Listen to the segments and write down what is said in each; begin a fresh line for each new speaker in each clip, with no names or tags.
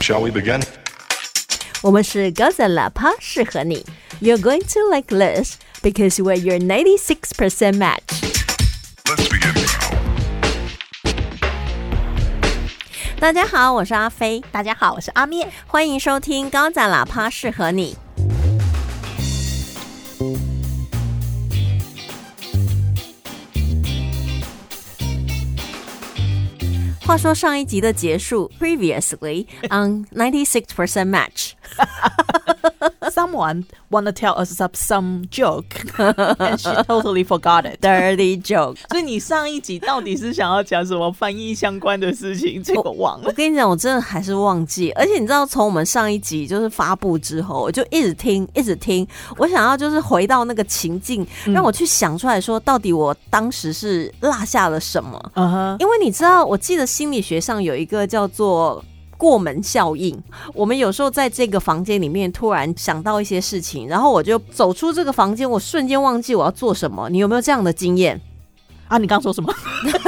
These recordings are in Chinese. Shall we begin?
我们是高赞喇叭，适合你。You're going to like this because we're your 96% match。
Let's begin.
大家好，我是阿飞，
大家好，我是阿面。
欢迎收听高赞喇叭，适合你。话说上一集的结束，previously on ninety six percent match，
Someone want to tell us up some joke, and she totally forgot it.
dirty joke。
所以你上一集到底是想要讲什么翻译相关的事情？这个忘
我
了。
跟你讲，我真的还是忘记，而且你知道，从我们上一集就是发布之后，我就一直听，一直听，我想要就是回到那个情境，让我去想出来说，到底我当时是落下了什么？
嗯哼，
因为你知道，我记得心理学上有一个叫做。过门效应，我们有时候在这个房间里面突然想到一些事情，然后我就走出这个房间，我瞬间忘记我要做什么。你有没有这样的经验？
啊，你刚说什么？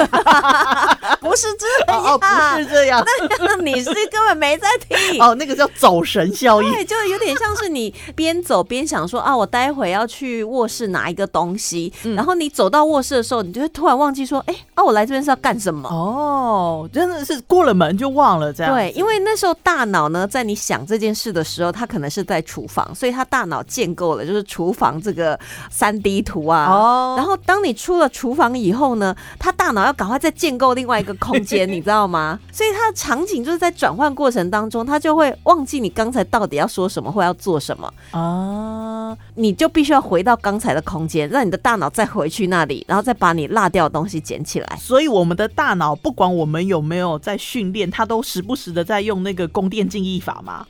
啊不是这样，
哦，不是这样。
你是根本没在听。
哦，那个叫走神效应。
对，就有点像是你边走边想说啊，我待会要去卧室拿一个东西，
嗯
然后你走到卧室的时候，你就会突然忘记说，哎、啊，我来这边是要干什么？
哦，真的是过了门就忘了这样。
对，因为那时候大脑呢，在你想这件事的时候，它可能是在厨房，所以它大脑建构了就是厨房这个三 D 图啊。
哦
然后当你出了厨房以后呢，它大脑要赶快再建构另外一个空 间，你知道吗？所以它的场景就是在转换过程当中，它就会忘记你刚才到底要说什么或要做什么。
啊，
你就必须要回到刚才的空间，让你的大脑再回去那里，然后再把你落掉的东西捡起来。
所以我们的大脑不管我们有没有在训练，它都时不时的在用那个宫殿竞技法嘛。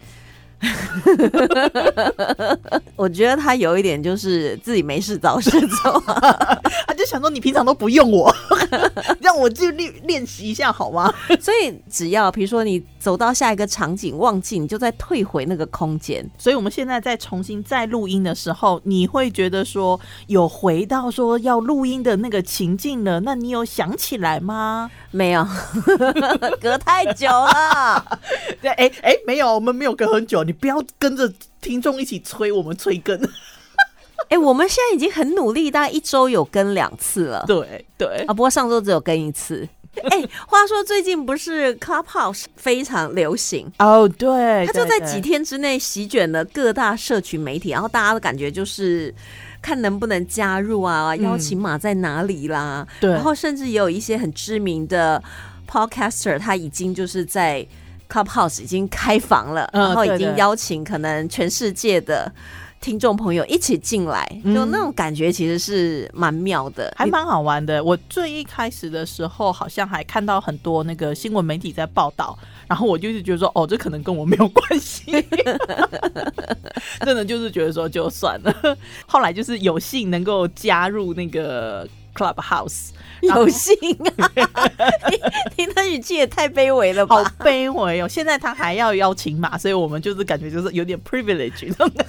我觉得他有一点就是自己没事找事做， 啊
他就想说你平常都不用我， 让我去练练习一下好吗？
所以只要比如说你走到下一个场景忘记，你就再退回那个空间。
所以我们现在在重新再录音的时候，你会觉得说有回到说要录音的那个情境了，那你有想起来吗？
没有， 隔太久了。
对， 哎哎，没有，我们没有隔很久，你不要跟着听众一起催我们催更。
哎、我们现在已经很努力，大概一周有更两次了。
对对
啊，不过上周只有更一次。 哎、话说最近不是 Clubhouse 非常流行，
哦，对，
他就在几
天。
天之内席卷了各大社群媒体，然后大家的感觉就是看能不能加入啊，邀请码在哪里啦，
嗯对
然后甚至也有一些很知名的 podcaster，他已经就是在 Clubhouse 已经开房了，
嗯
然后已
对
经
对
邀请可能全世界的。听众朋友一起进来，就那种感觉其实是蛮妙的，
嗯还
你
蛮好玩的。我最一开始的时候，好像还看到很多那个新闻媒体在报道，然后我就是觉得说，哦，这可能跟我没有关系， 真的就是觉得说就算了。后来就是有幸能够加入那个 Clubhouse，然后
有幸啊！ 你你的语气也太卑微了吧
好？卑微哦！现在他还要邀请码，所以我们就是感觉就是有点 privilege 那种感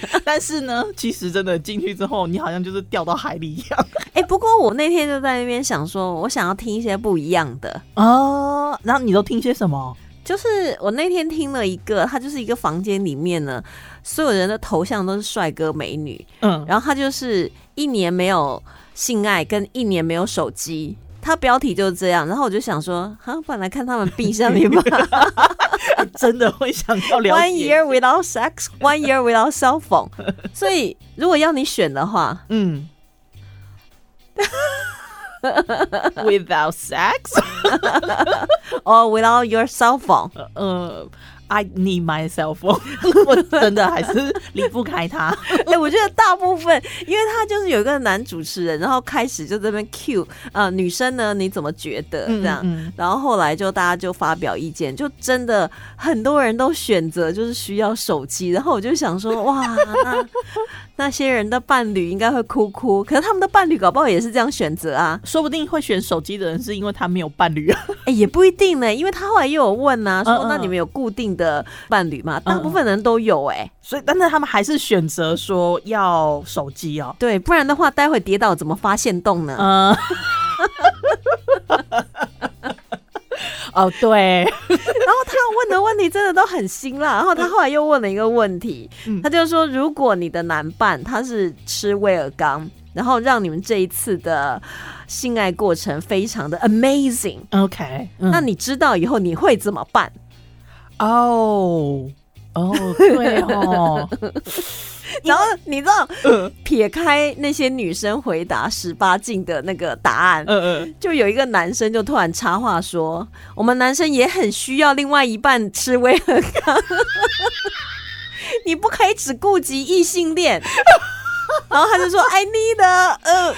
觉但是呢，其实真的进去之后，你好像就是掉到海里一样。
哎、不过我那天就在那边想说，我想要听一些不一样的。
哦，然后你都听些什么？
就是我那天听了一个，他就是一个房间里面呢，所有人的头像都是帅哥美女，
嗯，
然后他就是一年没有性爱跟一年没有手机，他标题就是这样。然后我就想说，哈，不然来看他们 B 上面吧
真的会想要 了
，One
解。
year without sex, one year without cell phone。所以如果要你选的话，
嗯。Without sex，
哦、without your cell phone，
呃，I need my cell phone，我真的还是离不开它。
哎、我觉得大部分，因为他就是有一个男主持人，然后开始就这边 Q 呃，女生呢你怎么觉得这样？
嗯嗯嗯
然后后来就大家就发表意见，就真的很多人都选择就是需要手机，然后我就想说，哇，那那些人的伴侣应该会哭哭，可是他们的伴侣搞不好也是这样选择啊，
说不定会选手机的人是因为他没有伴侣啊。
哎、也不一定呢，因为他后来又有问啊，说
嗯嗯
那你们有固定的伴侣吗？大
嗯
部分人都有哎、
所以，但是他们还是选择说要手机哦。
对，不然的话待会跌倒
呃
怎么发现洞呢？
嗯。 哦，对，
然后他问的问题真的都很辛辣。然后他后来又问了一个问题，
嗯
他就说，如果你的男伴他是吃威尔刚，然后让你们这一次的性爱过程非常的 amazing，、
OK，、嗯
那你知道以后你会怎么办？
哦哦，对 哦，
然后你知道，
嗯
撇开那些女生回答十八禁的那个答案，
嗯嗯，
就有一个男生就突然插话说：“我们男生也很需要另外一半吃威尔刚，你不可以只顾及异性恋。” 然后他就说：“I need a 呃。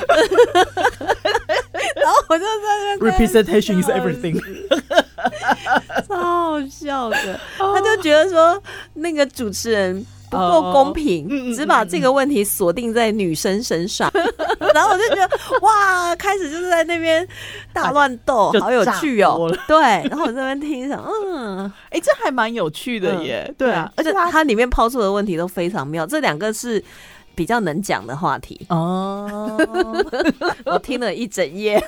然后我就在那边
Representation is everything
超好笑 的，
哦
他就觉得说那个主持人。不够公
哦嗯嗯
平，
嗯
只把这个问题锁定在女生身 上，然后我就觉得哇，开始就是在那边大乱斗，
就
好有趣
炸锅
哦
了。
对，然后我在那边听想，嗯，
哎、这还蛮有趣的
嗯
耶。对啊，而且他
它里面抛出的问题都非常妙，这两个是比较能讲的话题，
哦，
我听了一整夜。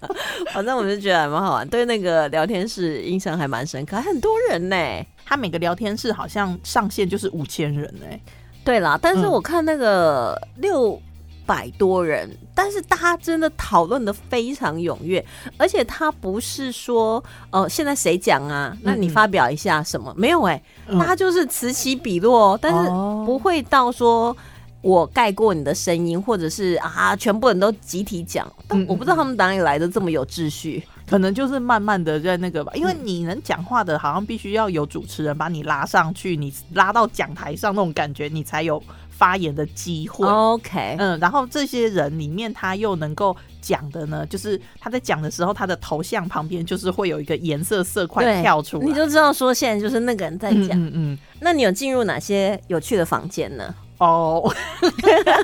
反正我就觉得还蛮好玩，对那个聊天室印象还蛮深刻，还很多人呢、
他每个聊天室好像上限就是五千人哎、
对啦，但是
嗯
我看那个六百多人，但是大家真的讨论的非常踊跃，而且他不是说呃现在谁讲啊，那你
嗯嗯
发表一下什么？没有哎、
嗯
大家就是此起彼落哦，但是
哦
不会到说。我盖过你的声音，或者是啊，全部人都集体讲，但
嗯嗯
我不知道他们哪里来的这么有秩序。
可能就是慢慢的在那个吧，因为嗯你能讲话的，好像必须要有主持人把你拉上去，你拉到讲台上那种感觉，你才有发言的机会。
OK，
嗯，然后这些人里面，他又能够讲的呢，就是他在讲的时候，他的头像旁边就是会有一个颜色色块
对
跳出来。
你就知道说现在就是那个人在
嗯
讲。
嗯嗯，
那你有进入哪些有趣的房间呢？
哦，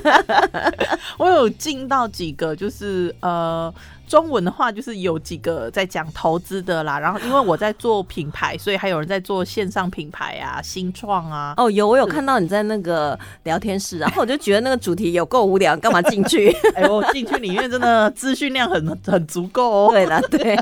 我有进到几个，就是呃，中文的话就是有几个在讲投资的啦。然后因为我在做品牌，所以还有人在做线上品牌啊、新 创啊。
哦，有我有
是
看到你在那个聊天室，然后我就觉得那个主题有够无聊，干嘛进去？
哎、我进去里面真的资讯量很很足够哦。
对啦，对。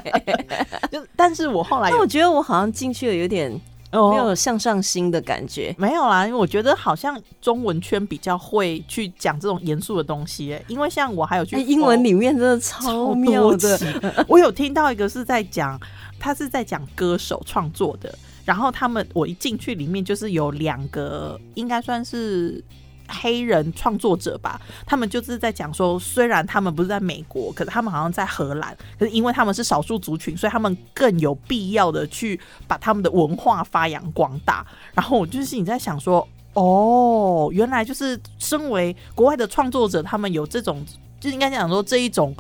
就但是我后来
但
有
我觉得我好像进去了有点没
没
有向上心的感觉。
没有啦，因为我觉得好像中文圈比较会去讲这种严肃的东西、因为像我还有去
哎英文
里。
里面真的
超
超妙
多
的，
的。 我有听到一个是在讲，他是在讲歌手创作的，然后他们我一进去里面就是有两个，应该算是。黑人创作者吧，他们就是在讲说，虽然他们不是在美国，可是他们好像在荷兰，可是因为他们是少数族群，所以他们更有必要的去把他们的文化发扬光大。然后我就是心里在想说，哦，原来就是身为国外的创作者，他们有这种，就应该讲说这一种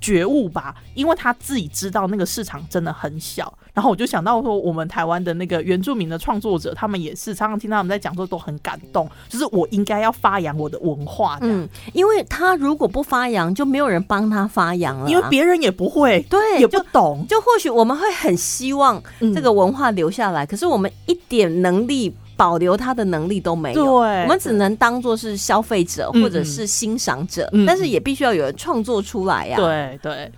觉悟吧，因为他自己知道那个市场真的很小。然后我就想到说，我们台湾的那个原住民的创作者，他们也是常常听他们在讲说都很感动，就是我应该要发扬我的文化这样，
嗯，因为他如果不发扬，就没有人帮他发扬了啊、
因为别人也不会，
对
也
就
不懂嗯
就或许我们会很希望这
这
个文化留下来，可是我们一点能力保留它的能力都没
对，
有。
我
我们只能当做是消费者
嗯
或者是欣赏者，
嗯嗯
但是也必须要有人创作出来呀、
对对。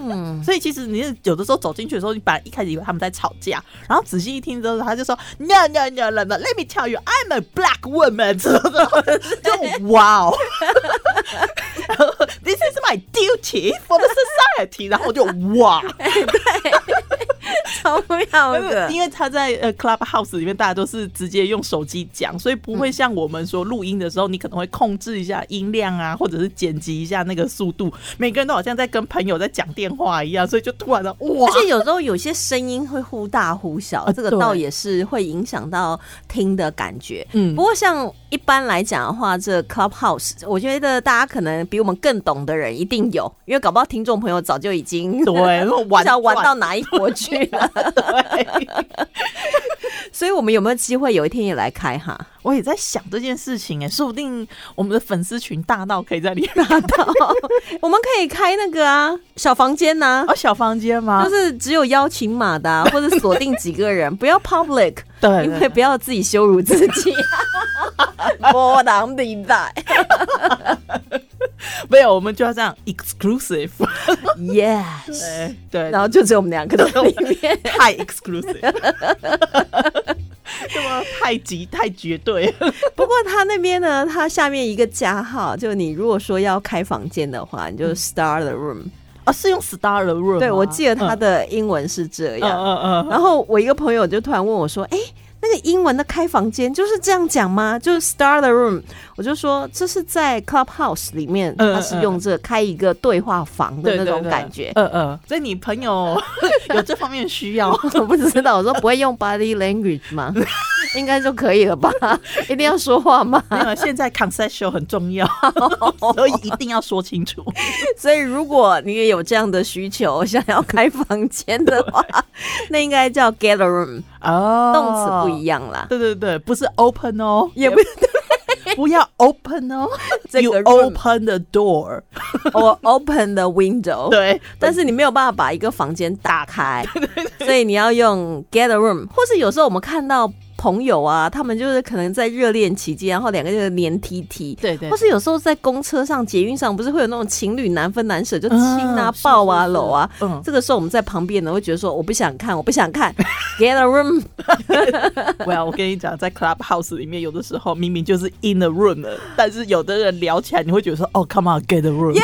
嗯，
所以其实你是有的时候走进去的时候，你本来一开始以为他们在吵架，然后仔细一听之后，他就说 No No No No No Let me tell you I'm a black woman，之 后就哇哦 ，This is my duty for the society，然后我就哇，
超
哦
妙的。
因为他在呃 Clubhouse 里面，大家都是直接用手机讲，所以不会像我们说录音的时候，你可能会控制一下音量啊，或者是剪辑一下那个速度，每个人都好像在跟朋友在讲电话一样，所以就突然的哇
而。且有时候有些声音会忽大忽小，
啊
这个
对
倒也是会影响到听的感觉。
嗯
不过像一般来讲的话，这 Clubhouse，我觉得大家可能比我们更懂的人一定有，因为搞不好听众朋友早就已经
对，然 后
不
玩
知道玩
转
到哪一国去 了。
对，
所以我们有没有机会有一天也来开哈？
我也在想这件事情哎、说不定我们的粉丝群大到可以在里面
我们可以开那个啊小房间啊呐、
哦小房间吗？
就是只有邀请码的、 啊，或者锁定几个人，不要 public，
对
因
对
为不要自己羞 辱自己。波浪地带，
没有，我们就要这样 exclusive，
，yes，
对 对，
然后就只有我们两个在里面。
太 exclusive，对吗？太极太绝对，
不过他那边呢，他下面一个加号，就你如果说要开房间的话，你就 star the room。嗯
哦，是用 star 的嗯 room，
嗯对，我记得他
他
的英文是这
嗯
样。
嗯嗯，
然后我一个朋友就突然问我说：“哎、那个英文的开房间就是这样讲吗？就是 star the room？” 我就说这是在 Clubhouse 里面，
嗯嗯
他是用这开一个对话房的
对
那
对
种
对
感觉。
嗯嗯，所以你朋友有这方面需要，
我不知道，我说不会用 body language 吗？应该就可以了吧？ 一定要说话吗？
没有，现在 concession 很重 要，所以一定要说清楚。
所以，如果你也有这样的需求，想要开房间的话，那应该叫 get a room，
哦
动词不一样啦。
对对对，不是 open 哦，
也不
不要 open 哦
这
，you
个 room
open the door，
我 open the window，
对，
但是你没有办法把一个房间打 开，所以你要用 get a room，或是有时候我们看到朋友啊，他们就是可能在热恋期间，然后两个就是黏 T T。
对对
或是有时候在公车上、捷运上，不是会有那种情侣难分难舍，就亲啊、
嗯是
抱啊、
是是
搂啊，
嗯，
这个时候我们在旁边呢，会觉得说我不想看，我 不想看，get a room。
我要我跟你讲，在 Clubhouse 里面，有的时候明明就是 in the room 了，但是有的人聊起来，你会觉得说，哦，come on，get the room，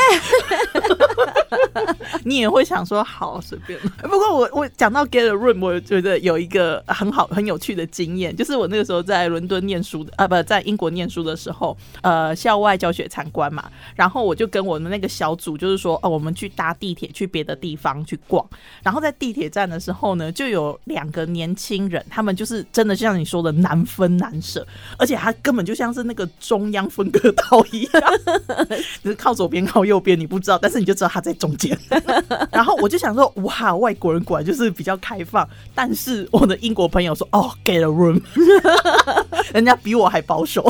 你也会想说，好，随便。不过我我讲到 get the room，我觉得有一个很好很有趣的经验，就是我那个时候在伦敦念书的，啊，不在英国念书的时候，呃，校外教学参观嘛，然后我就跟我们那个小组，就是说，哦，我们去搭地铁去别的地方去逛，然后在地铁站的时候呢，就有两个年轻人，他们就是真的就像你说的难分难舍，而且他根本就像是那个中央分割岛一样，只是靠左边靠右边你不知道，但是你就知道他在中间。然后我就想说，哇，外国人果然就是比较开放。但是我的英国朋友说，哦，get a room，人家比我还保守。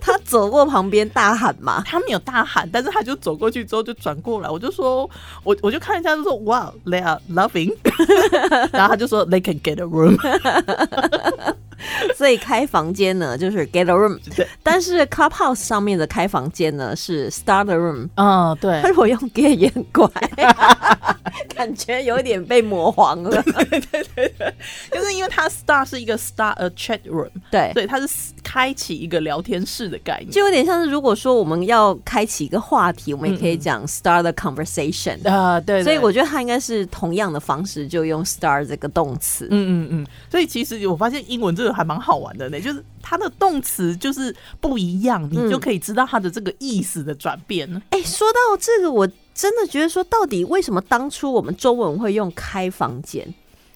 他走过旁边大喊嘛，
他没有大喊，但是他就走过去之后就转过来，我就说，我我就看一下，就说哇，they are loving，然后他就说 they can get a room，
所以开房间呢就是 get a room，
对
但是 clubhouse 上面的开房间呢是 start a room。
嗯，对
他如果用 get 也很 怪，感觉有点被磨黄了。
就是因为他 star 是一个 star a chat room，
对，
对，他是开启一个聊天室的概念。
就有点像是如果说我们要开启一个话题，我们也可以讲 start the conversation。
啊、嗯对
所以
对
我觉得他应该是同样的方式，就用 star 这个动词。
嗯嗯嗯，所以其实我发现英文这个还蛮好玩的呢，就是它的动词就是不一样，你就可以知道它的这个意思的转变。
哎、说到这个，我真的觉得说，到底为什么当初我们中文会用开房间？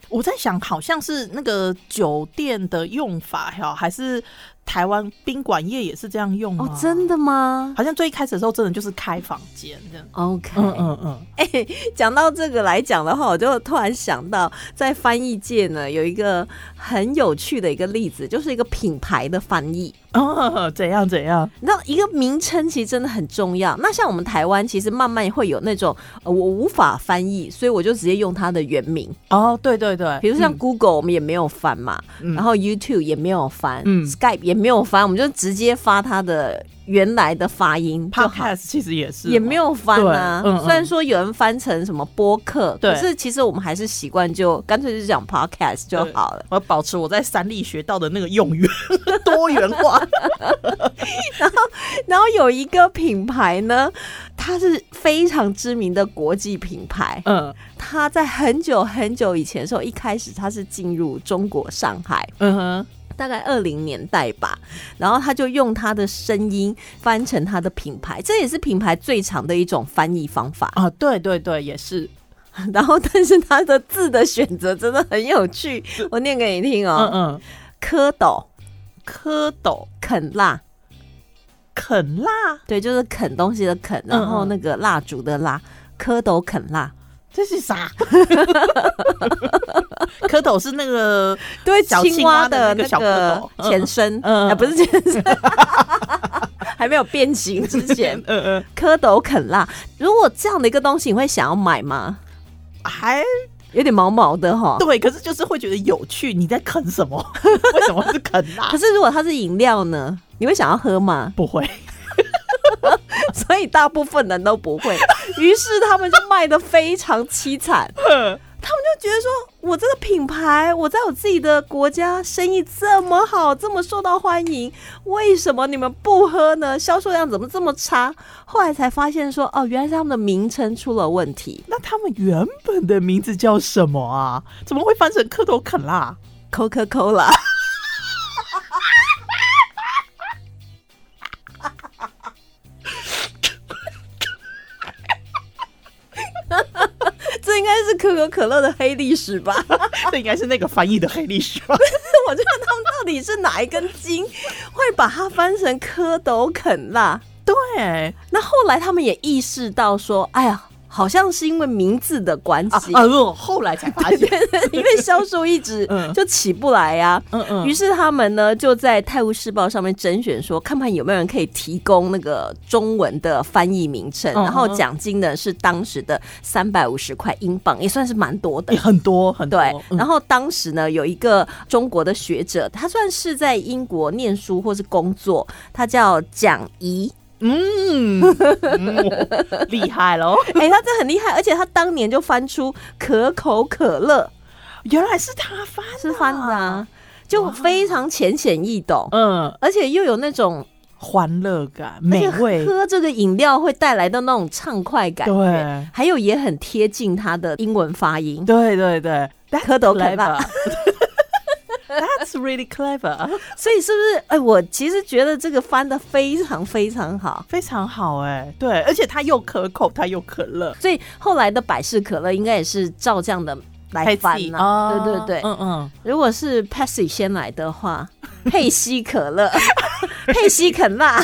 我在想，好像是那个酒店的用法哈，还是台湾宾馆业也是这样用吗？
哦，真，的吗
好像最一开始的时候，真的就是开房间这样。
？OK，
嗯嗯嗯，
哎、讲到这个来讲的话，我就突然想到，在翻译界呢，有一个很有趣的一个例子，就是一个品牌的翻译。
哦，怎样怎样？
你知道一个名称其实真的很重要。那像我们台湾，其实慢慢会有那种、呃、我无法翻译，所以我就直接用它的原名。
哦，对对对，
比如像
嗯
Google，我们也没有翻嘛，
嗯
然后 YouTube 也没有翻、
嗯
s k y p e 也没有翻，我们就直接发它的原来的发音就好。
podcast 其实也是哦
也没
有
有翻啊，
对嗯嗯
虽然说有人翻成什么播客，
对
可是其实我们还是习惯就干脆就讲 podcast 就好了。。
我要保持我在三立学到的那个用语， 多元化。
然后有一个品牌呢，它是非常知名的国际品牌，
嗯
它在很久很久以前的时候，一开始它是进入中国上海，
嗯哼，
大概二零年代吧，然后他就用他的声音翻成他的品牌，这也是品牌最长的一种翻译方法。
啊，对对对，也是。
然后，但是他的字的选择真的很有趣，我念给你听
嗯
哦：
嗯，
蝌蚪、
蝌蚪
啃蜡，
啃蜡，
对，就是啃东西的啃，然后那个蜡烛的蜡，蝌蚪啃蜡，
这是啥？ 蝌蚪是那个
对，
小
青
青蛙
的那
的那个小蝌
个
蚪
前身，
嗯嗯
啊，不是前身， 还没有变形之前，
嗯嗯，
蝌蚪啃蜡。如果这样的一个东西，你会想要买吗？
还
有点毛毛的哈。
对，可是就是会觉得有趣。你在啃什么？ 为什么是啃啊
可
辣？
是如果它是饮料呢？你会想要喝吗？
不会，
所以大部分人都不会。 于是他们就卖的非常凄惨，他们就觉得说，我这个品牌，我在我自己的国家生意这么好，这么受到欢迎，为什么你们不喝呢？销售量怎么这么差？后来才发现说，哦，原来是他们的名称出了问题
那他们原本的名字叫什么啊？怎么会翻成蝌蚪啃啊 啦？
，Coca Cola。这应该是可口可乐的黑历史吧？
这应该是那个翻译的黑历史吧？
我就问他们到底是哪一根筋会把它翻成蝌蚪啃蜡？
对，
那后来他们也意识到说，哎呀，好像是因为名字的关
啊
系，
啊！哦后来才 发现，
因为销售一直
嗯
就起不来呀、
嗯嗯
于是他们呢就在《泰晤士报》上面甄选说，看看有没有人可以提供那个中文的翻译名称，
嗯
然后
嗯
奖金呢是当时的三百五十块英镑，也算是蛮多的
也。很多很多。
对，然
后
后当时呢，有一个中国的学者，他算是在英国念书或是工作，他叫蒋 怡，
嗯， 嗯厉害喽！
哎、他真的很厉害，而且他当年就翻出可口可乐，
原来是他翻的，
是翻的、啊，就非常浅显易懂，
嗯，
而且又有那种
欢乐感、美
而且
味，
喝这个饮料会带来的那种畅快感，
对
还有也很贴近他的英文发音，
对对对
蝌蚪啃蜡。
，clever。That's really clever，
所以是不是？哎、我其实觉得这个翻的非常非常好。
非常好哎、对，而且它又可口，它又可乐，
所以后来的百事可乐应该也是照这样的来翻
配置
了、
哦
对对对，
嗯嗯，
如果是 Pepsi 先来的 话，佩西可乐、佩西肯辣，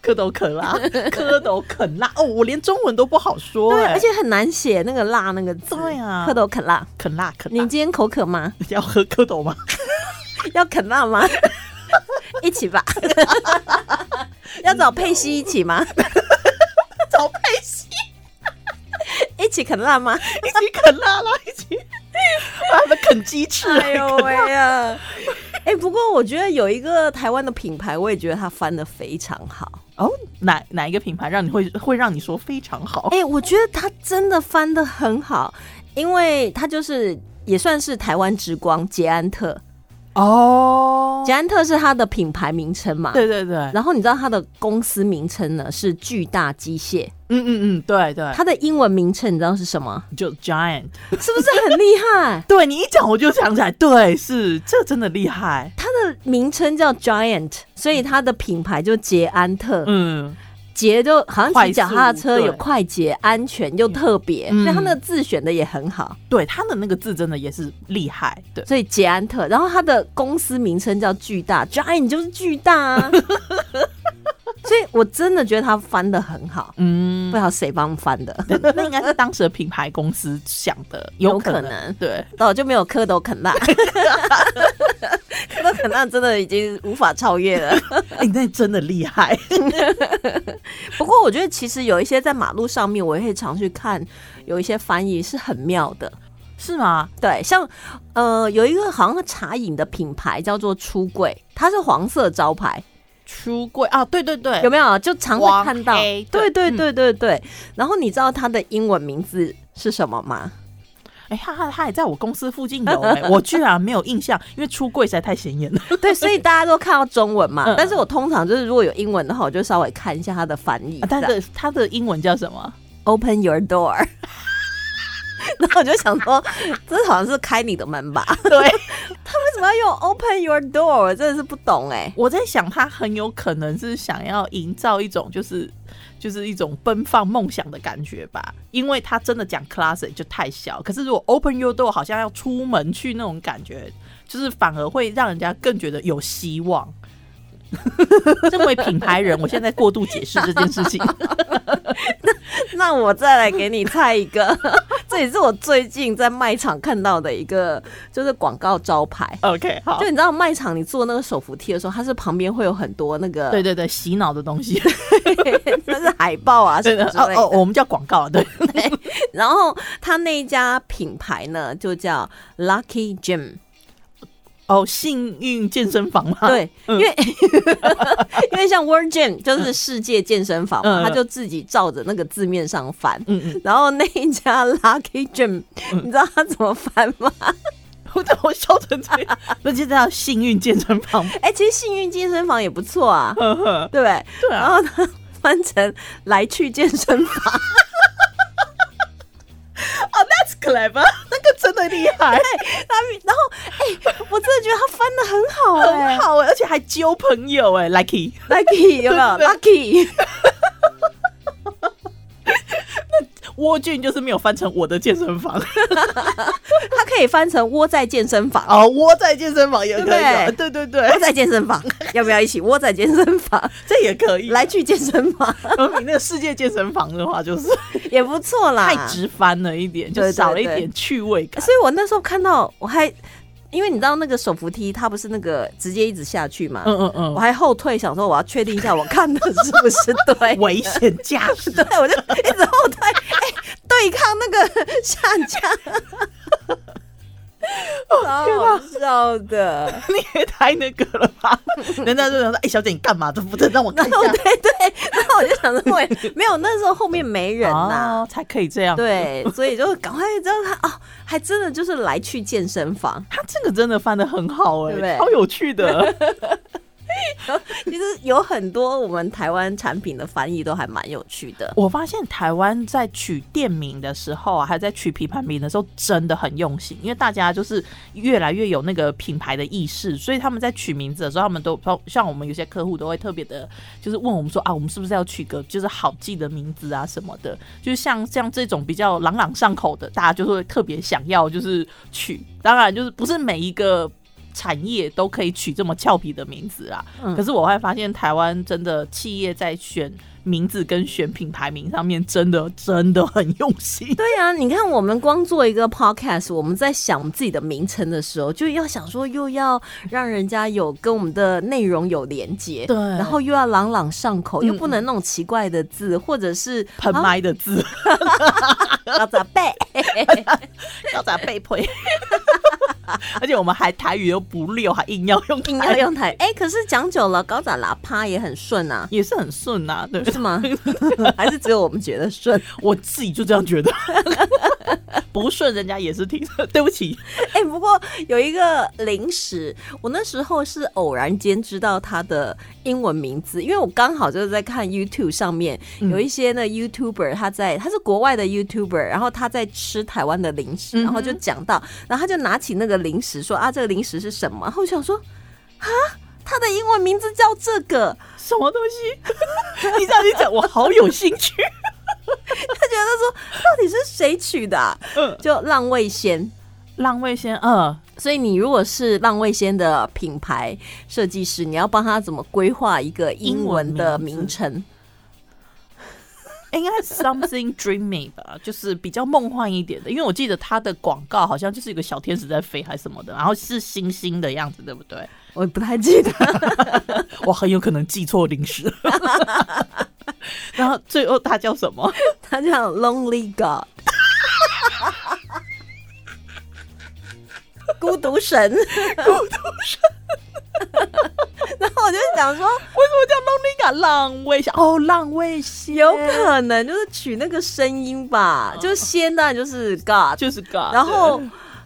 蝌蚪啃 辣，蝌蚪啃辣，哦，我连中文都不好说
对，
哎、
而且很难写那个辣那个字。
对啊
蝌蚪啃辣。
啃辣啃
你
辣
今，天口渴吗？
要喝蝌蚪吗？
要啃辣吗？一起 吧。要找佩西一起吗？
找佩西
一起啃辣吗？
一起啃辣啦，一起 把他们啃鸡翅，
哎呦喂
啊
呀！哎，不过我觉得有一个台湾的品牌，我也觉得它翻的非常好。
哦，哪哪一个品牌让你会会让你说非常好？
哎、我觉得他真的翻的很好，因为他就是也算是台湾之光捷安特，
哦
捷安特是他的品牌名称嘛。。
对对对，嗯
然后你知道他的公司名称呢是巨大机械，
嗯嗯，对对，
它的英文名称你知道是什么？
就 Giant，？
是不是很厉害
对你一讲我就想起来，对，是这真的厉害，
它的名称叫 Giant，所以它的品牌就捷安特。
嗯，
捷就好像骑脚踏
快
车
速对
有快捷、安全又特别，
嗯
所以它那个字选的也很好。
对，他的那个字真的也是厉害，对，
所以捷安特，然后它的公司名称叫巨大，Giant 就是巨大、啊，所以我真的觉得他翻的很好，
嗯
不知，道谁帮他翻的，
对 那应该是当时的品牌公司想的，有可
有可能
对，
那我就没有蝌蚪啃蜡， 蝌蚪啃蜡真的已经无法超越了。
哎、那真的厉害，
不过我觉得其实有一些在马路上面，我也会常去看，有一些翻译是很妙的。
是吗？
对，像呃有一个好像茶饮的品牌叫做出柜，它是黄色招牌，
出柜啊，对对对，
有没有？就常会
黄
看到，
黑
对
的
对
嗯
对对对。然后你知道它的英文名字是什么吗？
哎、他他他也在我公司附近有、哎，我居然没有印象，因为出柜实在太显眼 了。
对，所以大家都看到中文嘛
嗯。
但是我通常就是如果有英文的话，我就稍微看一下它的翻译
啊。他
这样
的他的英文叫什么？
Open your door，然后我就想说，这好像是开你的门 吧？
对，
为什么要用 Open your door？我真的是不懂哎、
我在想，他很有可能是想要营造一种就是就是一种奔放梦想的感觉吧，因为他真的讲 classic 就太小，可是如果 open your door 好像要出门去那种感觉，就是反而会让人家更觉得有希望。 身为品牌人，我现在过度解释这件事情。
那我再来给你猜一 个，这也是我最近在卖场看到的一个，就是广告招牌。
OK，好
就，你知道卖场你坐那个手扶梯的时候，它是旁边会有很多那个，
对对对，洗脑的东西，
它是海报啊什
对
么
的，
之
哦
类的。
哦，我们叫广告，对，
然后它那一家品牌呢就叫 Lucky Gym，
哦，幸运健身房嘛，
对，因为 因为像 World Gym 就是世界健身房嘛，
嗯嗯
他就自己照着那个字面上翻。
嗯嗯，
然后那一家 Lucky Gym，你知道他怎么翻吗？
我怎么笑成这 样？那就叫幸运健身房，
哎、其实幸运健身房也不错 啊，
呵呵，
对不对？
对
然
啊，
后他翻成来去健身房，
哦，That's clever，那 个真的厉 害，
他然后哎、我真的觉得他翻的很好、哎
很好哎，而且还交朋友哎，Lucky，
Lucky 有没有？Lucky
蜗俊就是没有翻成我的健身房，
他可以翻成窝在健身房，
哦，窝在健身房也可以
对
哦，
不
对对对
窝，在健身房，要不要一起窝在健身 房？
这也可以，
来去健身房
如 果你那个世界健身房的话， 就是
也不错啦，
太直翻了一点，就
对对
少了一
对
点趣味感。
所以我那时候看到，我还因为你知道那个手扶梯，它不是那个直接一直下去嘛，
嗯嗯
我
嗯，
还后退，想说我要确定一下我看的是不是对。
危险驾 驶，
对，我就一直后退，哎、对抗那个下降，超好笑的。
你也太那个了 吧？人家就想说，哎、小姐你干嘛？这不这让我 看一下。
对对，然后我就想说，我也没有，那时候后面没人呐、
哦，才可以这样。，
对，所以就赶快让他哦，还真的就是来去健身房，
他这个真的翻的很好哎、
对不对
超有趣的。
其实有很多我们台湾产品的翻译都还蛮有趣的。
我发现台湾在取店名的时候啊，还在取品牌名的时候，真的很用心，因为大家就是越来越有那个品牌的意识，所以他们在取名字的时候，他们都像我们有些客户都会特别的，就是问我们说啊，我们是不是要取个就是好记的名字啊什么的，就是像像这种比较朗朗上口的，大家就会特别想要就是取，当然就是不是每一个。产业都可以取这么俏皮的名字啊，
嗯
可是我会发现台湾真的企业在选名字跟选品牌名上面真的真的很用心。
对啊，你看我们光做一个 podcast，我们在想我们自己的名称的时候，就要想说又要让人家有跟我们的内容有连接，
对
然后又要朗朗上口，
嗯
又不能那种奇怪的字，或者是
喷麦的字，
啊咋背？
要咋被推？ 而且我们还台语又不溜，还硬要用
硬
台
要
语
用 台哎、可是讲久了，高咋喇啪也很顺啊，
也是很顺啊，对不 对
是吗？还是只有我们觉得顺？
我自己就这样觉得， 不顺人家也是挺 顺。对不起，
哎、不过有一个零食，我那时候是偶然间知道它的英文名字，因为我刚好就是在看 YouTube 上面
嗯
有一些那 YouTuber，他在他是国外的 YouTuber，然后他在吃台湾的零食，
嗯哼
然后就讲到，然后他就拿起那个零食说啊，这个零食是什么？然后我想说啊，它的英文名字叫这个，
什么东西？ 你这样一讲，我好有兴趣。
他觉得说到底是谁取的啊、
嗯，
就浪味仙。
浪味仙，嗯，
所以你如果是浪味仙的品牌设计师，你要帮他怎么规划一个英文的名称？
应该是 something dreamy 吧，就是比较梦幻一点的。因为我记得它的广告好像就是一个小天使在飞还是什么的，然后是星星的样子，对不对？
我不太记得。
我很有可能记错零食。 然后最后它叫什么？
他叫 Lonely God，孤独神，孤独神。然后我就想说，
为什么叫 Lonely 浪味仙？哦，浪味仙
有可能就是取那个声音吧，就是仙当然就是 God，
就是个，
然后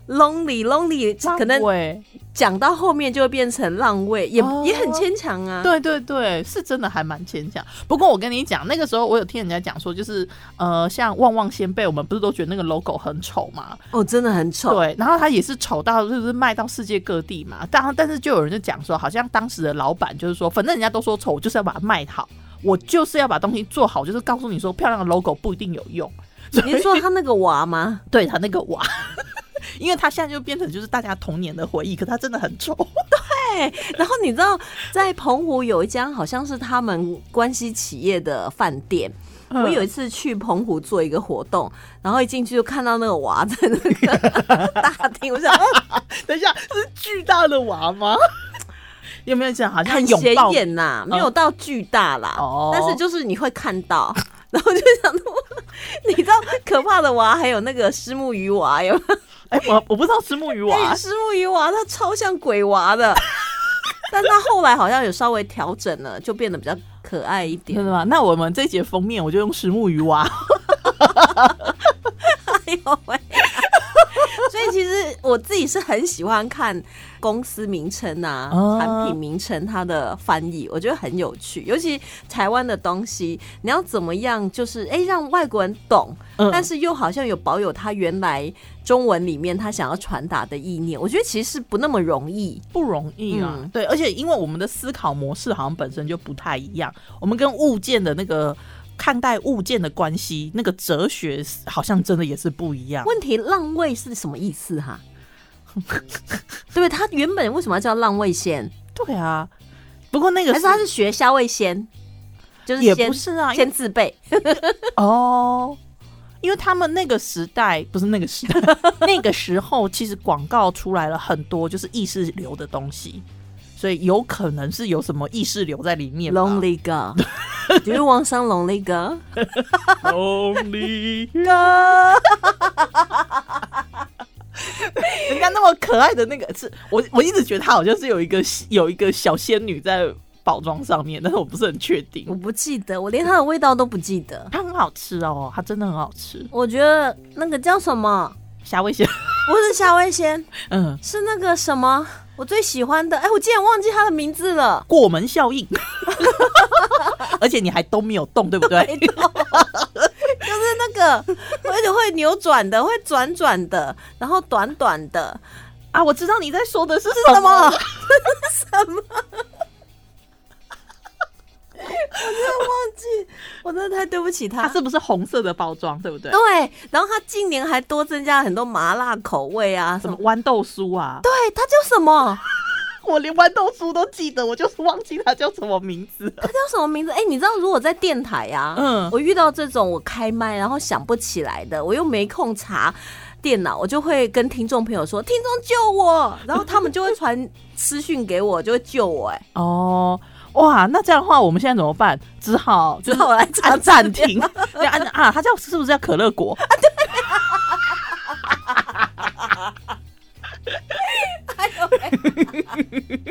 Lonely Lonely 可能
对
讲到后面就会变成浪味，也、
哦
也很牵强啊。
对对对，是真的还蛮牵强。不过我跟你讲，那个时候我有听人家讲说，就是呃，像旺旺仙贝，我们不是都觉得那个 logo 很丑吗？
哦，真的很丑。
对，然后他也是丑到就是卖到世界各地嘛。当但是就有人就讲说，好像当时的老板就是说，反正人家都说丑，我就是要把它卖好，我就是要把东西做好，就是告诉你说，漂亮的 logo 不一定有用。
你是说他那个娃吗？
对他那个娃。 因为他现在就变成就是大家童年的回忆，可他真的很丑。
然后你知道，在澎湖有一家好像是他们关系企业的饭店。我有一次去澎湖做一个活动，然后一进去就看到那个娃在那 个大厅，我想、 哦、
等一下是巨大的娃吗？有没有讲好像
很
拥
显
抱？
眼呐、没有到巨大啦，
哦
但是就是你会看到。 然后我就想说，你知道可怕的娃还有那个石目鱼娃有没有
哎、我我不知道是木鱼
哎，
娃，
石木鱼娃他超像鬼娃 的，但他后来好像有稍微调整了，就变得比较可爱一点
真。的吗？那我们这一节封面我就用石木鱼娃，
哎呦喂！所以其实我自己是很喜欢看公司名称啊、
哦
产品名称它的翻译，我觉得很有趣。尤其台湾的东西，你要怎么样就是哎、让外国人懂，
嗯
但是又好像有保有它原来中文里面他想要传达的意念，我觉得其实不那么容易。
不容易啊。
嗯
对，而且因为我们的思考模式好像本身就不太一样，我们跟物件的那个看待物件的关系，那个哲学好像真的也是不一样。
问题浪味是什么意思哈、 对，它原本为什么要叫浪味仙？
对啊，不过那个
还是它是学虾味仙？就是
也
先
不是啊，因为
先自备。
哦。因为他们那个时代不是那个时代， 那个时候其实广告出来了很多就是意识流的东西，所以有可能是有什么意识流在里面吧。
Lonely girl, do you want some lonely girl?
Lonely
哥，
人家那么可爱的那个是，我我一直觉得她好像是有一个有一个小仙女在包装上面，但是我不是很确定
我。不记得，我连它的味道都不记得。
它很好吃哦，它真的很好吃。
我觉得那个叫什么，
虾 味鲜，
不是夏威仙，
嗯，
是那个什么，我最喜欢的。哎、我竟然忘记它的名字了。
过门效 应，而且你还都没有动，对不 对？
没动就是那个，而且会扭转的，会转转的，然后短短的，
啊，我知道你在说的是
什
什么
么？
了，
我真的太对不起他
它。是不是红色的包装，对不对？
对，然后他近年还多增加了很多麻辣口味啊什
什么
么。
豌豆酥啊？
对，它叫什么？
我连豌豆酥都记得，我就是忘记它叫什么名字了。
它叫什么名字？哎、你知道如果在电台啊，
嗯
我遇到这种我开麦然后想不起来的，我又没空查电脑，我就会跟听众朋友说：“听众救我！”然后他们就会传私讯给我，就会救我、哎，
哦，哇，那这样的话，我们现在怎么办？只好
只好来查
按
资料
暂停，对按啊，它叫是不是叫可乐果？
啊哎呦喂，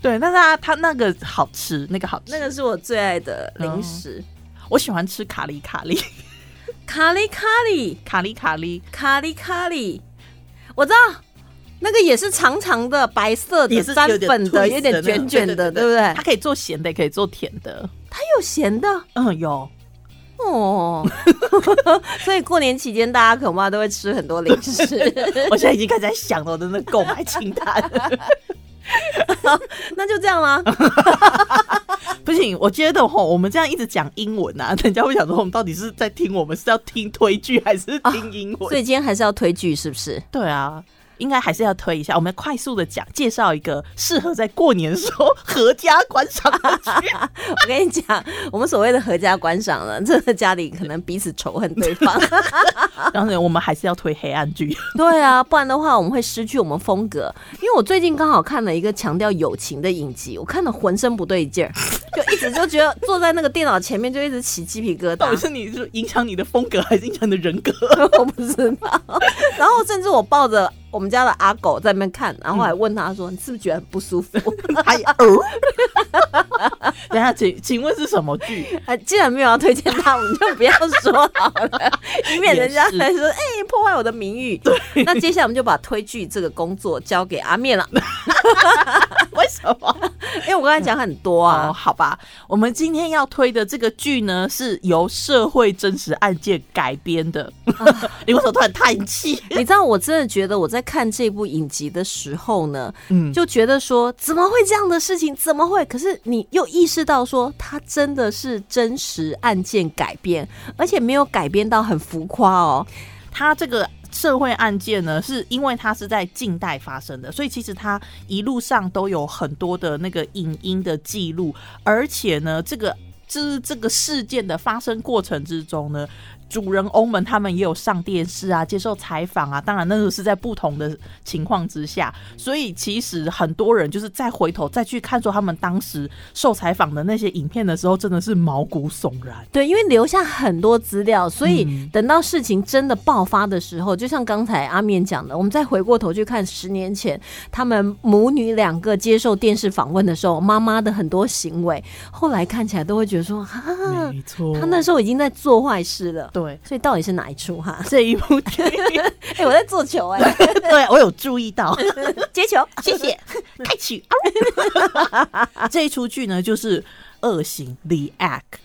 对，但是它它那个好吃，那个好吃，
那个是我最爱的零食，
我喜欢吃卡里卡里
卡里卡里
卡里卡里，
卡里卡里，我知道。那个也是长长的，白色的，
也是
沾
有点
粉的，
twist
有点卷
那种
卷的，对不对？
它可以做咸的，也可以做甜的。
它有咸的，
嗯， 有
哦，所以过年期间大家恐怕都会吃很多零 食，
我现在已经开始在想了我的那个购买清单。
那就这样啦。
啊不行，我觉得吼，我们这样一直讲英文啊， 人家会想说我们到底是在听我们是要听推剧还是听英文？
所以今天还是要推剧，是不是？
对啊，应该还是要推一下。我们快速的讲，介绍一个适合在过年时候合家观赏的剧。
我跟你讲，我们所谓的合家观赏了，这个家里可能彼此仇恨对 方。
当 然，我们还是要推黑暗剧。
对啊，不然的话我们会失去我们风格。因为我最近刚好看了一个强调友情的影集，我看的浑身不对劲儿，就一直就觉得坐在那个电脑前面就一直起鸡皮疙
到底
瘩。
是你是影响你的风格，还是影响你的人格？
我不知道。然后甚至我抱着我们家的阿狗在那边看，然后还问他说：“你是不是觉得很不舒服？”
还哦， 等一下，请请问是什么剧？
哎，既然没有要推荐他，我们就不要说好了，以免人家来说，哎、破坏我的名誉。那接下来我们就把推剧这个工作交给阿面了，
为什么？
因为我刚才讲很多
哦，
啊，
好吧，我们今天要推的这个剧呢，是由社会真实案件改编 的。你为什么突然叹气？
你知道，我真的觉得我在看这部影集的时候呢，
嗯，
就觉得说怎么会这样的事情？怎么会？可是你又意识到说，它真的是真实案件改编，而且没有改编到很浮夸哦。
他这个社会案件呢，是因为它是在近代发生的，所以其实它一路上都有很多的那个影音的记录，而且呢，这个就是这个事件的发生过程之中呢。主人翁们他们也有上电视啊，接受采访啊。当然，那个是在不同的情况之下，所以其实很多人就是再回头再去看说他们当时受采访的那些影片的时候，真的是毛骨悚然。
对，因为留下很多资料，所以
嗯
等到事情真的爆发的时候，就像刚才阿面讲的，我们再回过头去看十年前他们母女两个接受电视访问的时候，妈妈的很多行为，后来看起来都会觉得说，哈、啊，
没错
他那时候已经在做坏事了。
对
所以到底是哪一出哈？
这一部电影，
哎、我在做球哎、
对我有注意 到。
接球，
谢谢，开启。 啊这一出剧呢，就是《恶行 The Act》。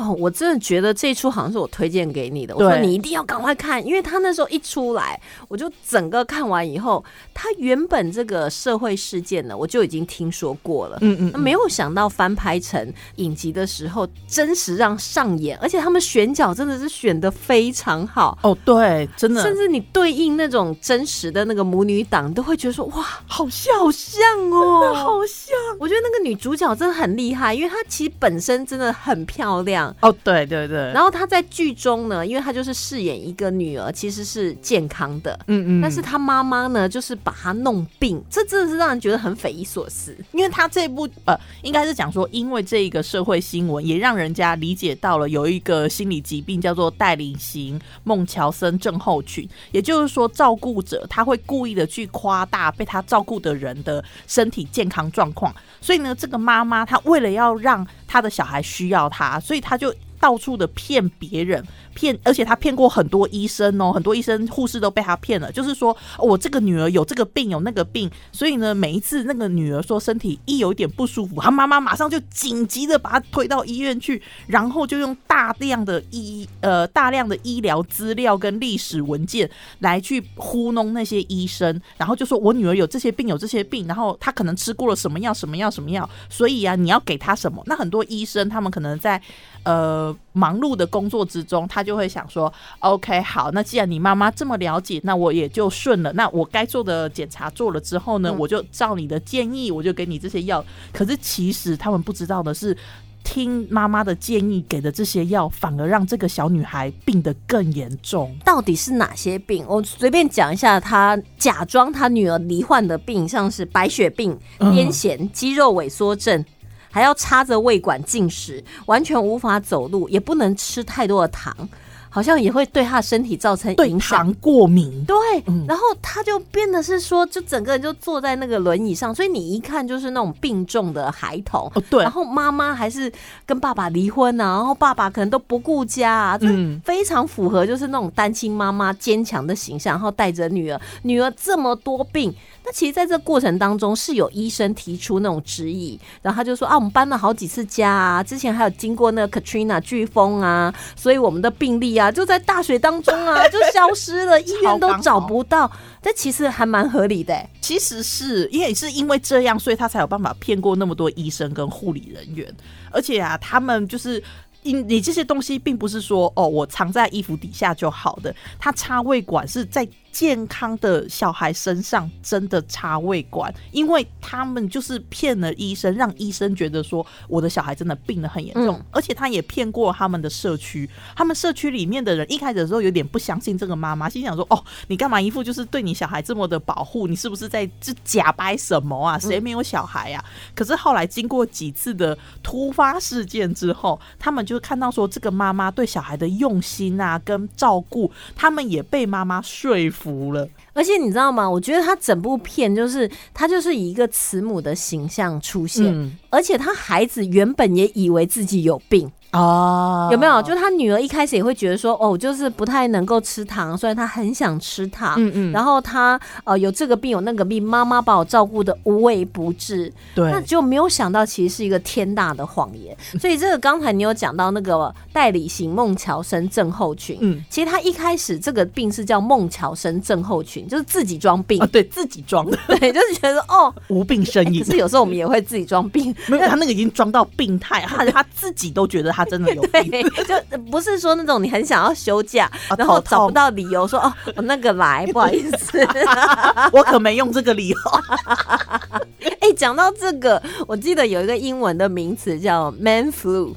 哦，我真的觉得这一出好像是我推荐给你的。我说
对
你一定要赶快看，因为他那时候一出来，我就整个看完以后，他原本这个社会事件呢，我就已经听说过了。
嗯嗯
那没有想到翻拍成影集的时候，真实让上演，而且他们选角真的是选的非常好，
哦，对，真的
甚至你对应那种真实的那个母女档，你都会觉得说哇，
好像，
好像哦，
好像。
我觉得那个女主角真的很厉害，因为她其实本身真的很漂亮，
哦，对对对，
然后她在剧中呢，因为她就是饰演一个女儿，其实是健康的。
嗯
但是她妈妈呢，就是把她弄病，这真的是让人觉得很匪夷所思。
因为他这部呃，应该是讲说，因为这一个社会新闻，也让人家理解到了有一个心理疾病叫做带领型孟乔森症候群，也就是说，照顾者他会故意的去夸大被他照顾的人的身体健康状况，所以呢，这个妈妈她为了要让她的小孩需要她，所以她就。到处的骗别人，骗，而且她骗过很多医生哦，很多医生、护士都被她骗了。就是说、哦我这个女儿有这个病，有那个病，所以呢，每一次那个女儿说身体一有一点不舒服，她妈妈马上就紧急的把她推到医院去，然后就用大量的医呃大量的医疗资料跟历史文件来去糊弄那些医生，然后就说我女儿有这些病，有这些病，然后她可能吃过了什么药，什么药，什么药，所以啊，你要给她什么？那很多医生他们可能在呃忙碌的工作之中，他就会想说，OK，好，那既然你妈妈这么了解，那我也就顺了。那我该做的检查做了之后呢，
嗯
我就照你的建议，我就给你这些药。可是其实他们不知道的是。听妈妈的建议给的这些药，反而让这个小女孩病得更严重。
到底是哪些病？我随便讲一下，她假装她女儿罹患的病，像是白血病、
嗯
癫痫、肌肉萎缩症，还要插着胃管进食，完全无法走路，也不能吃太多的糖，好像也会对她的身体造成
对
影响。
糖过敏。
对，
嗯
然后她就变得是说，就整个人就坐在那个轮椅上，所以你一看就是那种病重的孩童。
哦，对
然，后妈妈还是跟爸爸离婚啊，然后爸爸可能都不顾家啊，这
嗯
非常符合就是那种单亲妈妈坚强的形象，然后带着女儿，女儿这么多病，那其实在这过程当中是有医生提出那种质疑，然后他就说啊，我们搬了好几次家啊，之前还有经过那个 Katrina 飓风啊，所以我们的病例啊就在大雪当中啊就消失了，医院都找不 到，但其实还蛮合理的、欸
其实是因为是因为这样，所以他才有办法骗过那么多医生跟护理人员，而且啊，他们就是。你你这些东西并不是说哦，我藏在衣服底下就好的。他插胃管是在健康的小孩身上真的插胃管，因为他们就是骗了医生，让医生觉得说我的小孩真的病得很严重，
嗯
而且他也骗过他们的社区，他们社区里面的人一开始的时候有点不相信这个妈妈，心想说：“哦，你干嘛一副就是对你小孩这么的保护？你是不是在这假掰什么啊？谁没有小孩啊？”可是后来经过几次的突发事件之后，他们就看到说这个妈妈对小孩的用心啊，跟照顾，他们也被妈妈说服了。
而且你知道吗？我觉得他整部片就是他就是以一个慈母的形象出现，
嗯
而且他孩子原本也以为自己有病。
啊
有没有？就是他女儿一开始也会觉得说，哦，就是不太能够吃糖，虽然她很想吃糖。
嗯嗯，
然后她呃有这个病有那个病，妈妈把我照顾的无微不至，
对嗯
那就没有想到其实是一个天大的谎言。所以这个刚才你有讲到那个呃代理型孟乔森症候群，
嗯
其实他一开始这个病是叫孟乔森症候群，就是自己装病
啊，，对自己装的
对，就是觉得哦，
无病呻
哎
吟
可。是有时候我们也会自己装病，
没有，他那个已经装到病态，他他自己都觉得他真的 有病。
对，就呃不是说那种你很想要休假，
啊
然后
头
找不
痛
到理由说哦，我那个 来，不好意思。
我可没用这个理由。
哎、讲到这个，我记得有一个 英文的名词叫 man flu。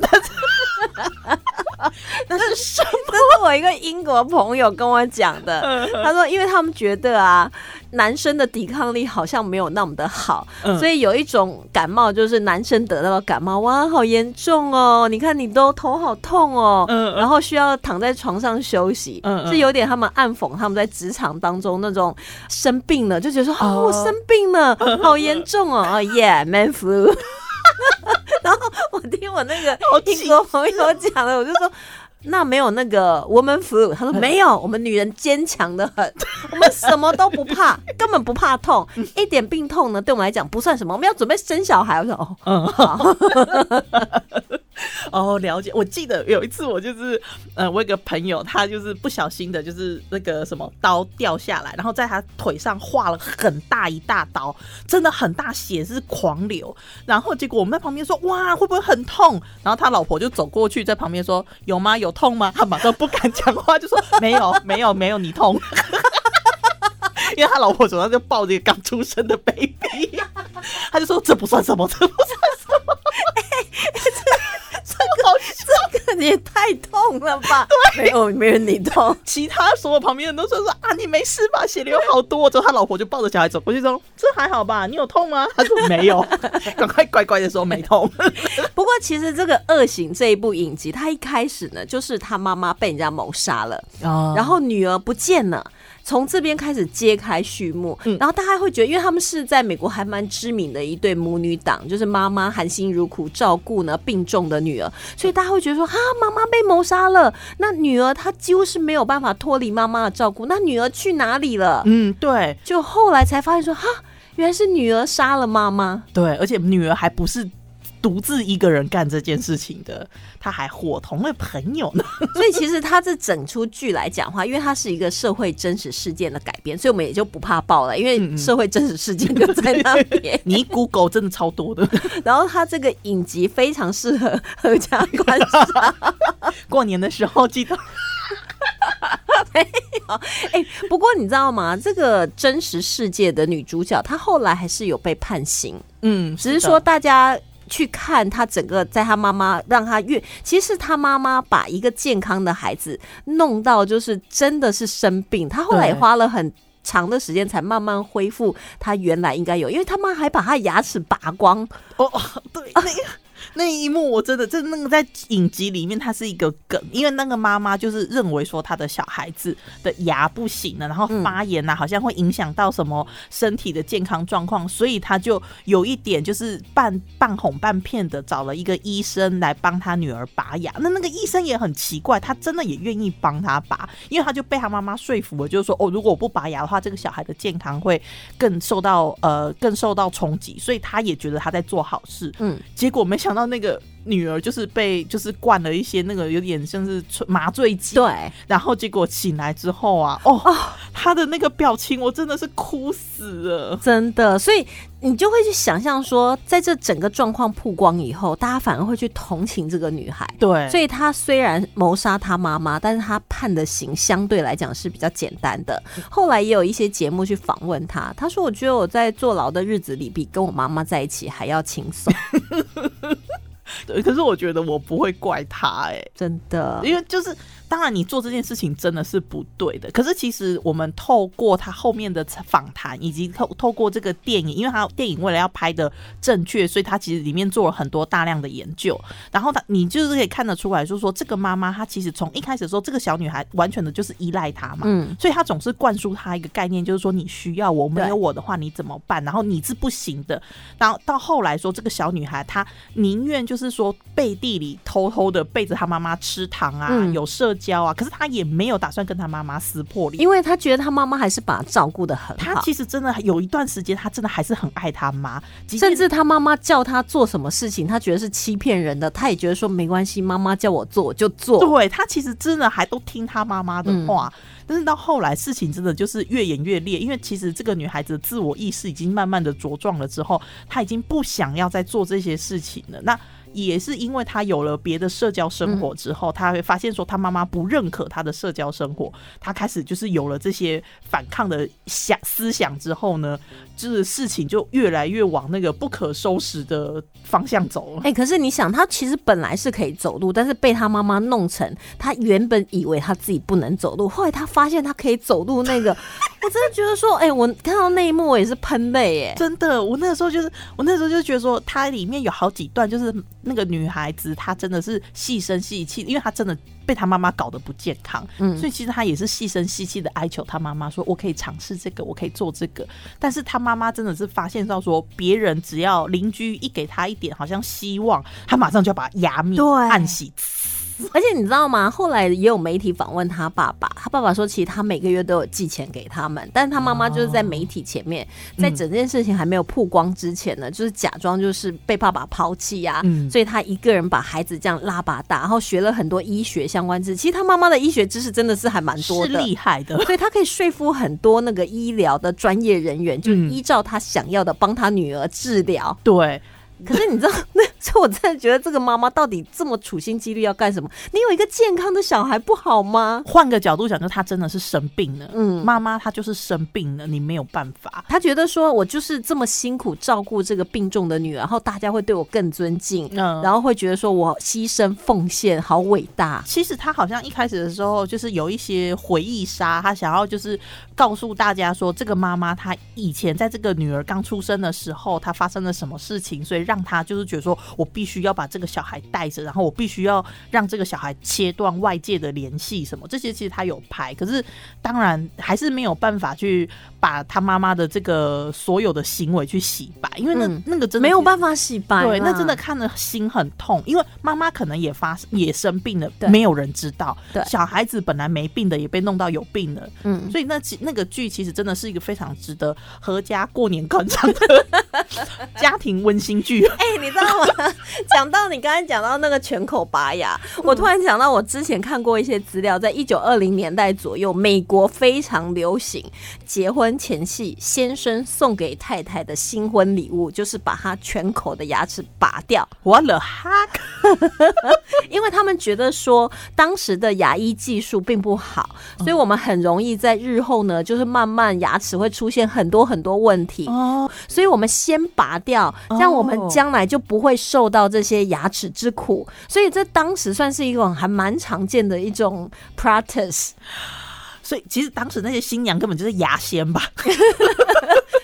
那是什
这是我一个英国朋友跟我讲 的。
么？
他说，因为他们觉得啊，男生的抵抗力好像没有那么的好，所
以
以有一种感冒就是男生得到了感冒，哇，好严重哦！你看你都头好痛哦，
嗯嗯
然后需要躺在床上休息，
嗯嗯
是有点他们暗讽他们在职场当中那种生病了，就觉得说啊、
哦
我生病了，好严重哦，哦，yeah，man flu。然后我听我那个
好哦
英国朋友讲的，我就说。那没有那个 woman flu，他说没有，我们女人坚强的很，我们什么都不怕，根本不怕痛，一点病痛呢对我们来讲不算什么，我们要准备生小孩。我说哦，
嗯，
好，
哦，了解。我记得有一次，我就是，呃，我有个朋友，他就是不小心的，就是那个什么刀掉下来，然后在他腿上划了很大一大刀，真的很大，血是狂流。然后结果我们在旁边说，哇，会不会很痛？然后他老婆就走过去，在旁边说，有吗？有痛吗？他马上不敢讲话，就说没有，没有，没有，你痛。 因为他老婆手上就抱着一个刚出生的 baby，他就说这不算什么，这不算什么，
这个也太痛了吧？没有，没有你痛。
其他所有旁边人都说说啊，你没事吧？血流好多。之后他老婆就抱着小孩走过去说：“这还好吧？你有痛吗？”他说：“没有。”赶快乖乖的说没痛。
不过其实这个《恶行》这一部影集，他一开始呢，就是他妈妈被人家谋杀了，然
然
后女儿不见了。从这边开始揭开序幕，
嗯
然后大家会觉得，因为他们是在美国还蛮知名的一对母女档，就是妈妈含辛茹苦照顾呢病重的女儿，所以大家会觉得说，啊，妈妈被谋杀了，那女儿她几乎是没有办法脱离妈妈的照顾，那女儿去哪里了？
嗯，对
就后来才发现说，哈，原来是女儿杀了妈妈。
对，而且女儿还不是独自一个人干这件事情的，她还伙同了朋友呢。。
所以其实它这整出剧来讲话，因为它是一个社会真实事件的改编，所以我们也就不怕爆了，因为社会真实事件就在那边
你一 Google 真的超多的，
然后它这个影集非常适合 合家观赏。
过年的时候记得。
哎、不过你知道吗？这个真实世界的女主角，她后来还是有被判刑，
嗯，
只是说大家。去看她整个在她妈妈让她越，其实她妈妈把一个健康的孩子弄到就是真的是生病，她后来也
对
花了很长的时间才慢慢恢复她原来应该有，因为她妈还把她牙齿拔光，
哦， 哦对，那个那一幕我真的，就是那个在影集里面，它是一个梗，因为那个妈妈就是认为说她的小孩子的牙不行了，然后发炎呐、啊，好像会影响到什么身体的健康状况，所以她就有一点就是半半哄半骗的找了一个医生来帮她女儿拔牙。那那个医生也很奇怪，他真的也愿意帮她拔，因为他就被他妈妈说服了，就是说哦，如果我不拔牙的话，这个小孩的健康会更受到呃更受到冲击，所以他也觉得他在做好事。
嗯，
结果没想到那个女儿就是被就是灌了一些那个有点像是催麻醉剂，
对，
然后结果醒来之后啊，哦，她的那个表情我真的是哭死了。
真的，所以你就会去想象说，在这整个状况曝光以后，大家反而会去同情这个女孩。
对，
所以她虽然谋杀她妈妈，但是她判的刑相对来讲是比较简单的。后来也有一些节目去访问她，她说：“我觉得我在坐牢的日子里，比跟我妈妈在一起还要轻 松，
对可是我觉得我不会怪她哎、
真的。
因为就是，当然你做这件事情真的是不对的。可是其实我们透过他后面的访谈，以及透透过这个电影，因为他电影为了要拍的正确，所以他其实里面做了很多大量的研究。然后他你就是可以看得出来，就是说这个妈妈她其实从一开始说，这个小女孩完全的就是依赖他嘛。
嗯，
所以她总是灌输她一个概念，就是说你需要我，没
对
有我的话你怎么办？然后你是不行的。然后到后来说，这个小女孩她宁愿就是说背地里偷偷的背着她妈妈吃糖啊，
嗯
有社交啊，可是她也没有打算跟她妈妈撕破脸。
因为她觉得她妈妈还是把她照顾的很
她
好，
其实真的有一段时间，她真的还是很爱她妈，即
甚
便
至她妈妈叫她做什么事情，她觉得是欺骗人的，她也觉得说没关系，妈妈叫我做我就做。
对她其实真的还都听她妈妈的话，但是到后来事情真的就是越演越烈，因为其实这个女孩子的自我意识已经慢慢的茁壮了之后，她已经不想要再做这些事情了。那也是因为他有了别的社交生活之后，他会发现说他妈妈不认可他的社交生活，他开始就是有了这些反抗的想思想之后呢，就是事情就越来越往那个不可收拾的方向走了。
哎、可是你想，他其实本来是可以走路，但是被他妈妈弄成他原本以为他自己不能走路，后来他发现他可以走路。那个， 我真的觉得说，哎、我看到那一幕我也是喷泪哎。
真的，我那时候就是，我那时候就觉得说，它里面有好几段，就是那个女孩子她真的是细声细气，因为她真的被她妈妈搞得不健康，
嗯
所以其实她也是细声细气的哀求她妈妈说，我可以尝试这个，我可以做这个，但是她妈妈真的是发现到说，别人只要邻居一给她一点好像希望，她马上就要把它压灭、
对
暗洗。
而且你知道吗？后来也有媒体访问他爸爸，他爸爸说，其实他每个月都有寄钱给他们，但是他妈妈就是在媒体前面，在整件事情还没有曝光之前呢，就是假装就是被爸爸抛弃呀、
嗯
所以他一个人把孩子这样拉拔大，然后学了很多医学相关知识。其实他妈妈的医学知识真的是还蛮
是
多的。
厉害 的，
所以他可以说服很多那个医疗的专业人员，就
嗯
依照他想要的帮他女儿治疗。
对，
可是你知道， 那所以我真的觉得这个妈妈到底这么处心积虑要干什么？你有一个健康的小孩不好吗？
换个角度讲，就是她真的是生病了，
嗯
妈妈她就是生病了，你没有办法，
他觉得说我就是这么辛苦照顾这个病重的女儿，然后大家会对我更尊敬，
嗯
然后会觉得说我牺牲奉献好伟大。
其实他好像一开始的时候就是有一些回忆杀，他想要就是告诉大家说，这个妈妈她以前在这个女儿刚出生的时候，她发生了什么事情，所以让她就是觉得说我必须要把这个小孩带着，然后我必须要让这个小孩切断外界的联系，什么这些其实他有拍，可是当然还是没有办法去把他妈妈的这个所有的行为去洗白，因为那、
嗯
那个真的
没有
是
办法洗白啦，
对，那真的看了心很痛，因为妈妈可能也发也生病了
对，
没有人知道。
对
小孩子本来没病的也被弄到有病了，
嗯，
所以那其那个剧其实真的是一个非常值得合家过年观赏的 家庭温馨剧。
哎、你知道吗？ 讲到你刚才讲到那个全口拔牙，我突然想到我之前看过一些资料，在一九二零年代左右，美国非常流行结婚前夕先生送给太太的新婚礼物，就是把她全口的牙齿拔掉，
我了哈，
因为他们觉得说当时的牙医技术并不好，所以我们很容易在日后呢，就是慢慢牙齿会出现很多很多问题。
哦，
所以我们先拔掉，这样我们将来就不会受到这些牙齿之苦。所以这当时算是一种还蛮常见的一种 practice。
所以其实当时那些新娘根本就是牙仙吧？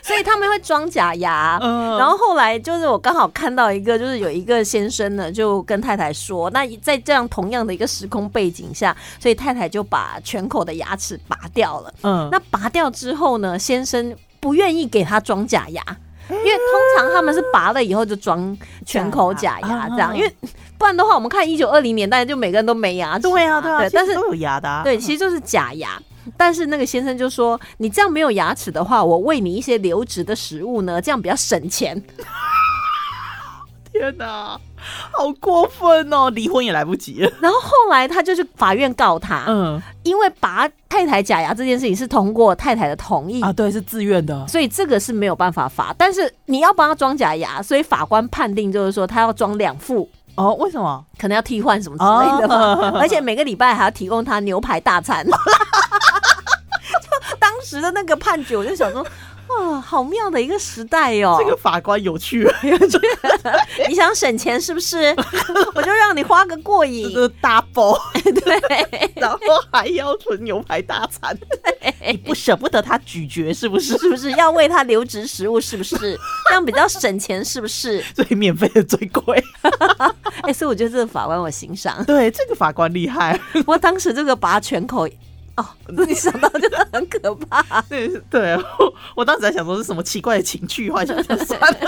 所以他们会装假牙。
嗯
然后后来就是我刚好看到一个，就是有一个先生呢，就跟太太说，那在这样同样的一个时空背景下，所以太太就把全口的牙齿拔掉了。
嗯，
那拔掉之后呢，先生不愿意给他装假牙，因为通常他们是拔了以后就装全口假牙这样，
嗯
因为不然的话，我们看一九二零年代就每个人都没牙齿嘛，
对啊，对啊，
但是
其实都有牙的、啊，
对，其实就是假牙。但是那个先生就说：“你这样没有牙齿的话，我喂你一些流质的食物呢，这样比较省钱。
天哪，好过分哦，离婚也来不及了”。
然后后来他就去法院告他，
嗯
因为拔太太假牙这件事情是通过太太的同意
啊，对，是自愿的。
所以这个是没有办法罚，但是你要帮他装假牙，所以法官判定就是说他要装两副，
哦，为什么？
可能要替换什么之类的吧，而且每个礼拜还要提供他牛排大餐。就当时的那个判决，我就想说。哇，好妙的一个时代哦！
这个法官有趣，啊
你想省钱是不是？ 我就让你花个过
这
瘾。
个 double，
对，
然后还要存牛排大 餐，你不舍不得他咀嚼是不是？
是不是要喂他留职食物？是不是这样比较省钱？是不是？
所以免费的最贵。
哎、所以我觉得这个法官我欣赏。
对，这个法官厉害，
我当时这个拔全口，哦，你 想到真的很可 怕。
对对，我我当时还想说是什么奇怪的情趣，后来 想想算了。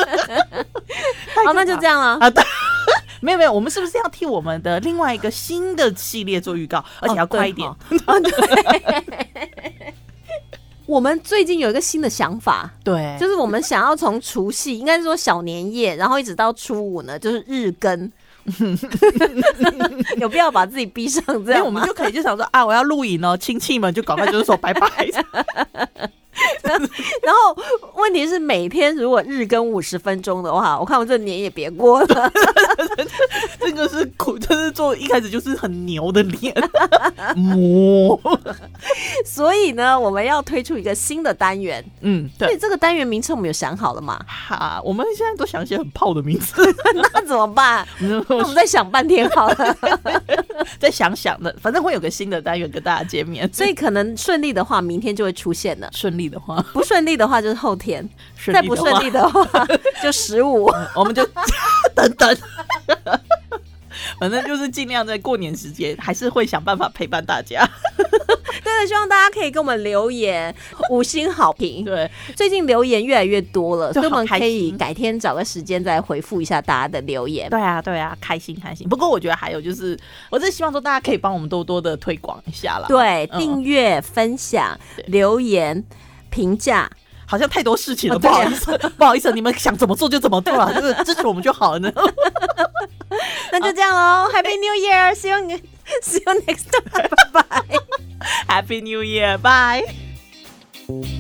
好，那就这样
样
了。哦
啊，对。 没有没有，我们是不是要替我们的另外一个新的系列做预告，而且要快一点？
哦对哦对 我们最近有一个新的想法，
对哦
就是我们想要从除夕，应该是说小年夜，然后一直到初五呢，就是日更。 有必要把自己逼上这
哎所以我
样
们
吗？
就可以就想说啊，我要录影哦，亲戚们就赶快就是说拜拜。
然后问题是每天如果日更五十分钟的话，我看我这年也别过了。
这个是苦，就是做一开始就是很牛的 脸，磨。
所以呢，我们要推出一个新的单元，
嗯，
所
对，
以这个单元名称我们有想好了嘛？
哎哈，我们现在都想一些很泡的名字，
那怎么办？
我们
那我们再想半天好 了。
再想想的，反正会有个新的单元跟大家见面。
所以可能顺利的话，明天就会出现了；
顺利的话，
不顺利的话，就是后天；
顺
再
利
不
的
顺
话
利，的话，就十五。
我们就 等等。 反正就是尽量在过年时间，还是会想办法陪伴大家。
对了，希望大家可以给我们留言，五星好评。
对，
最近留言越来越多了，
对
所以我们
好开
可以
心
改天找个时间再回复一下大家的留言。
对啊，对啊，开心开心。不过我觉得还有就是，我真的希望说大家可以帮我们多多的推广一下啦。，
对，
嗯
订阅、分享、
对
留言、评价，
好像太多事情了，
哦
不
对啊
好意思，不好意思，你们想怎么做就怎么做了，就是支持我们就好了 呢。
那
嗯
就这样喽。Happy New Year！See you, see you next time.
Happy New Year，拜。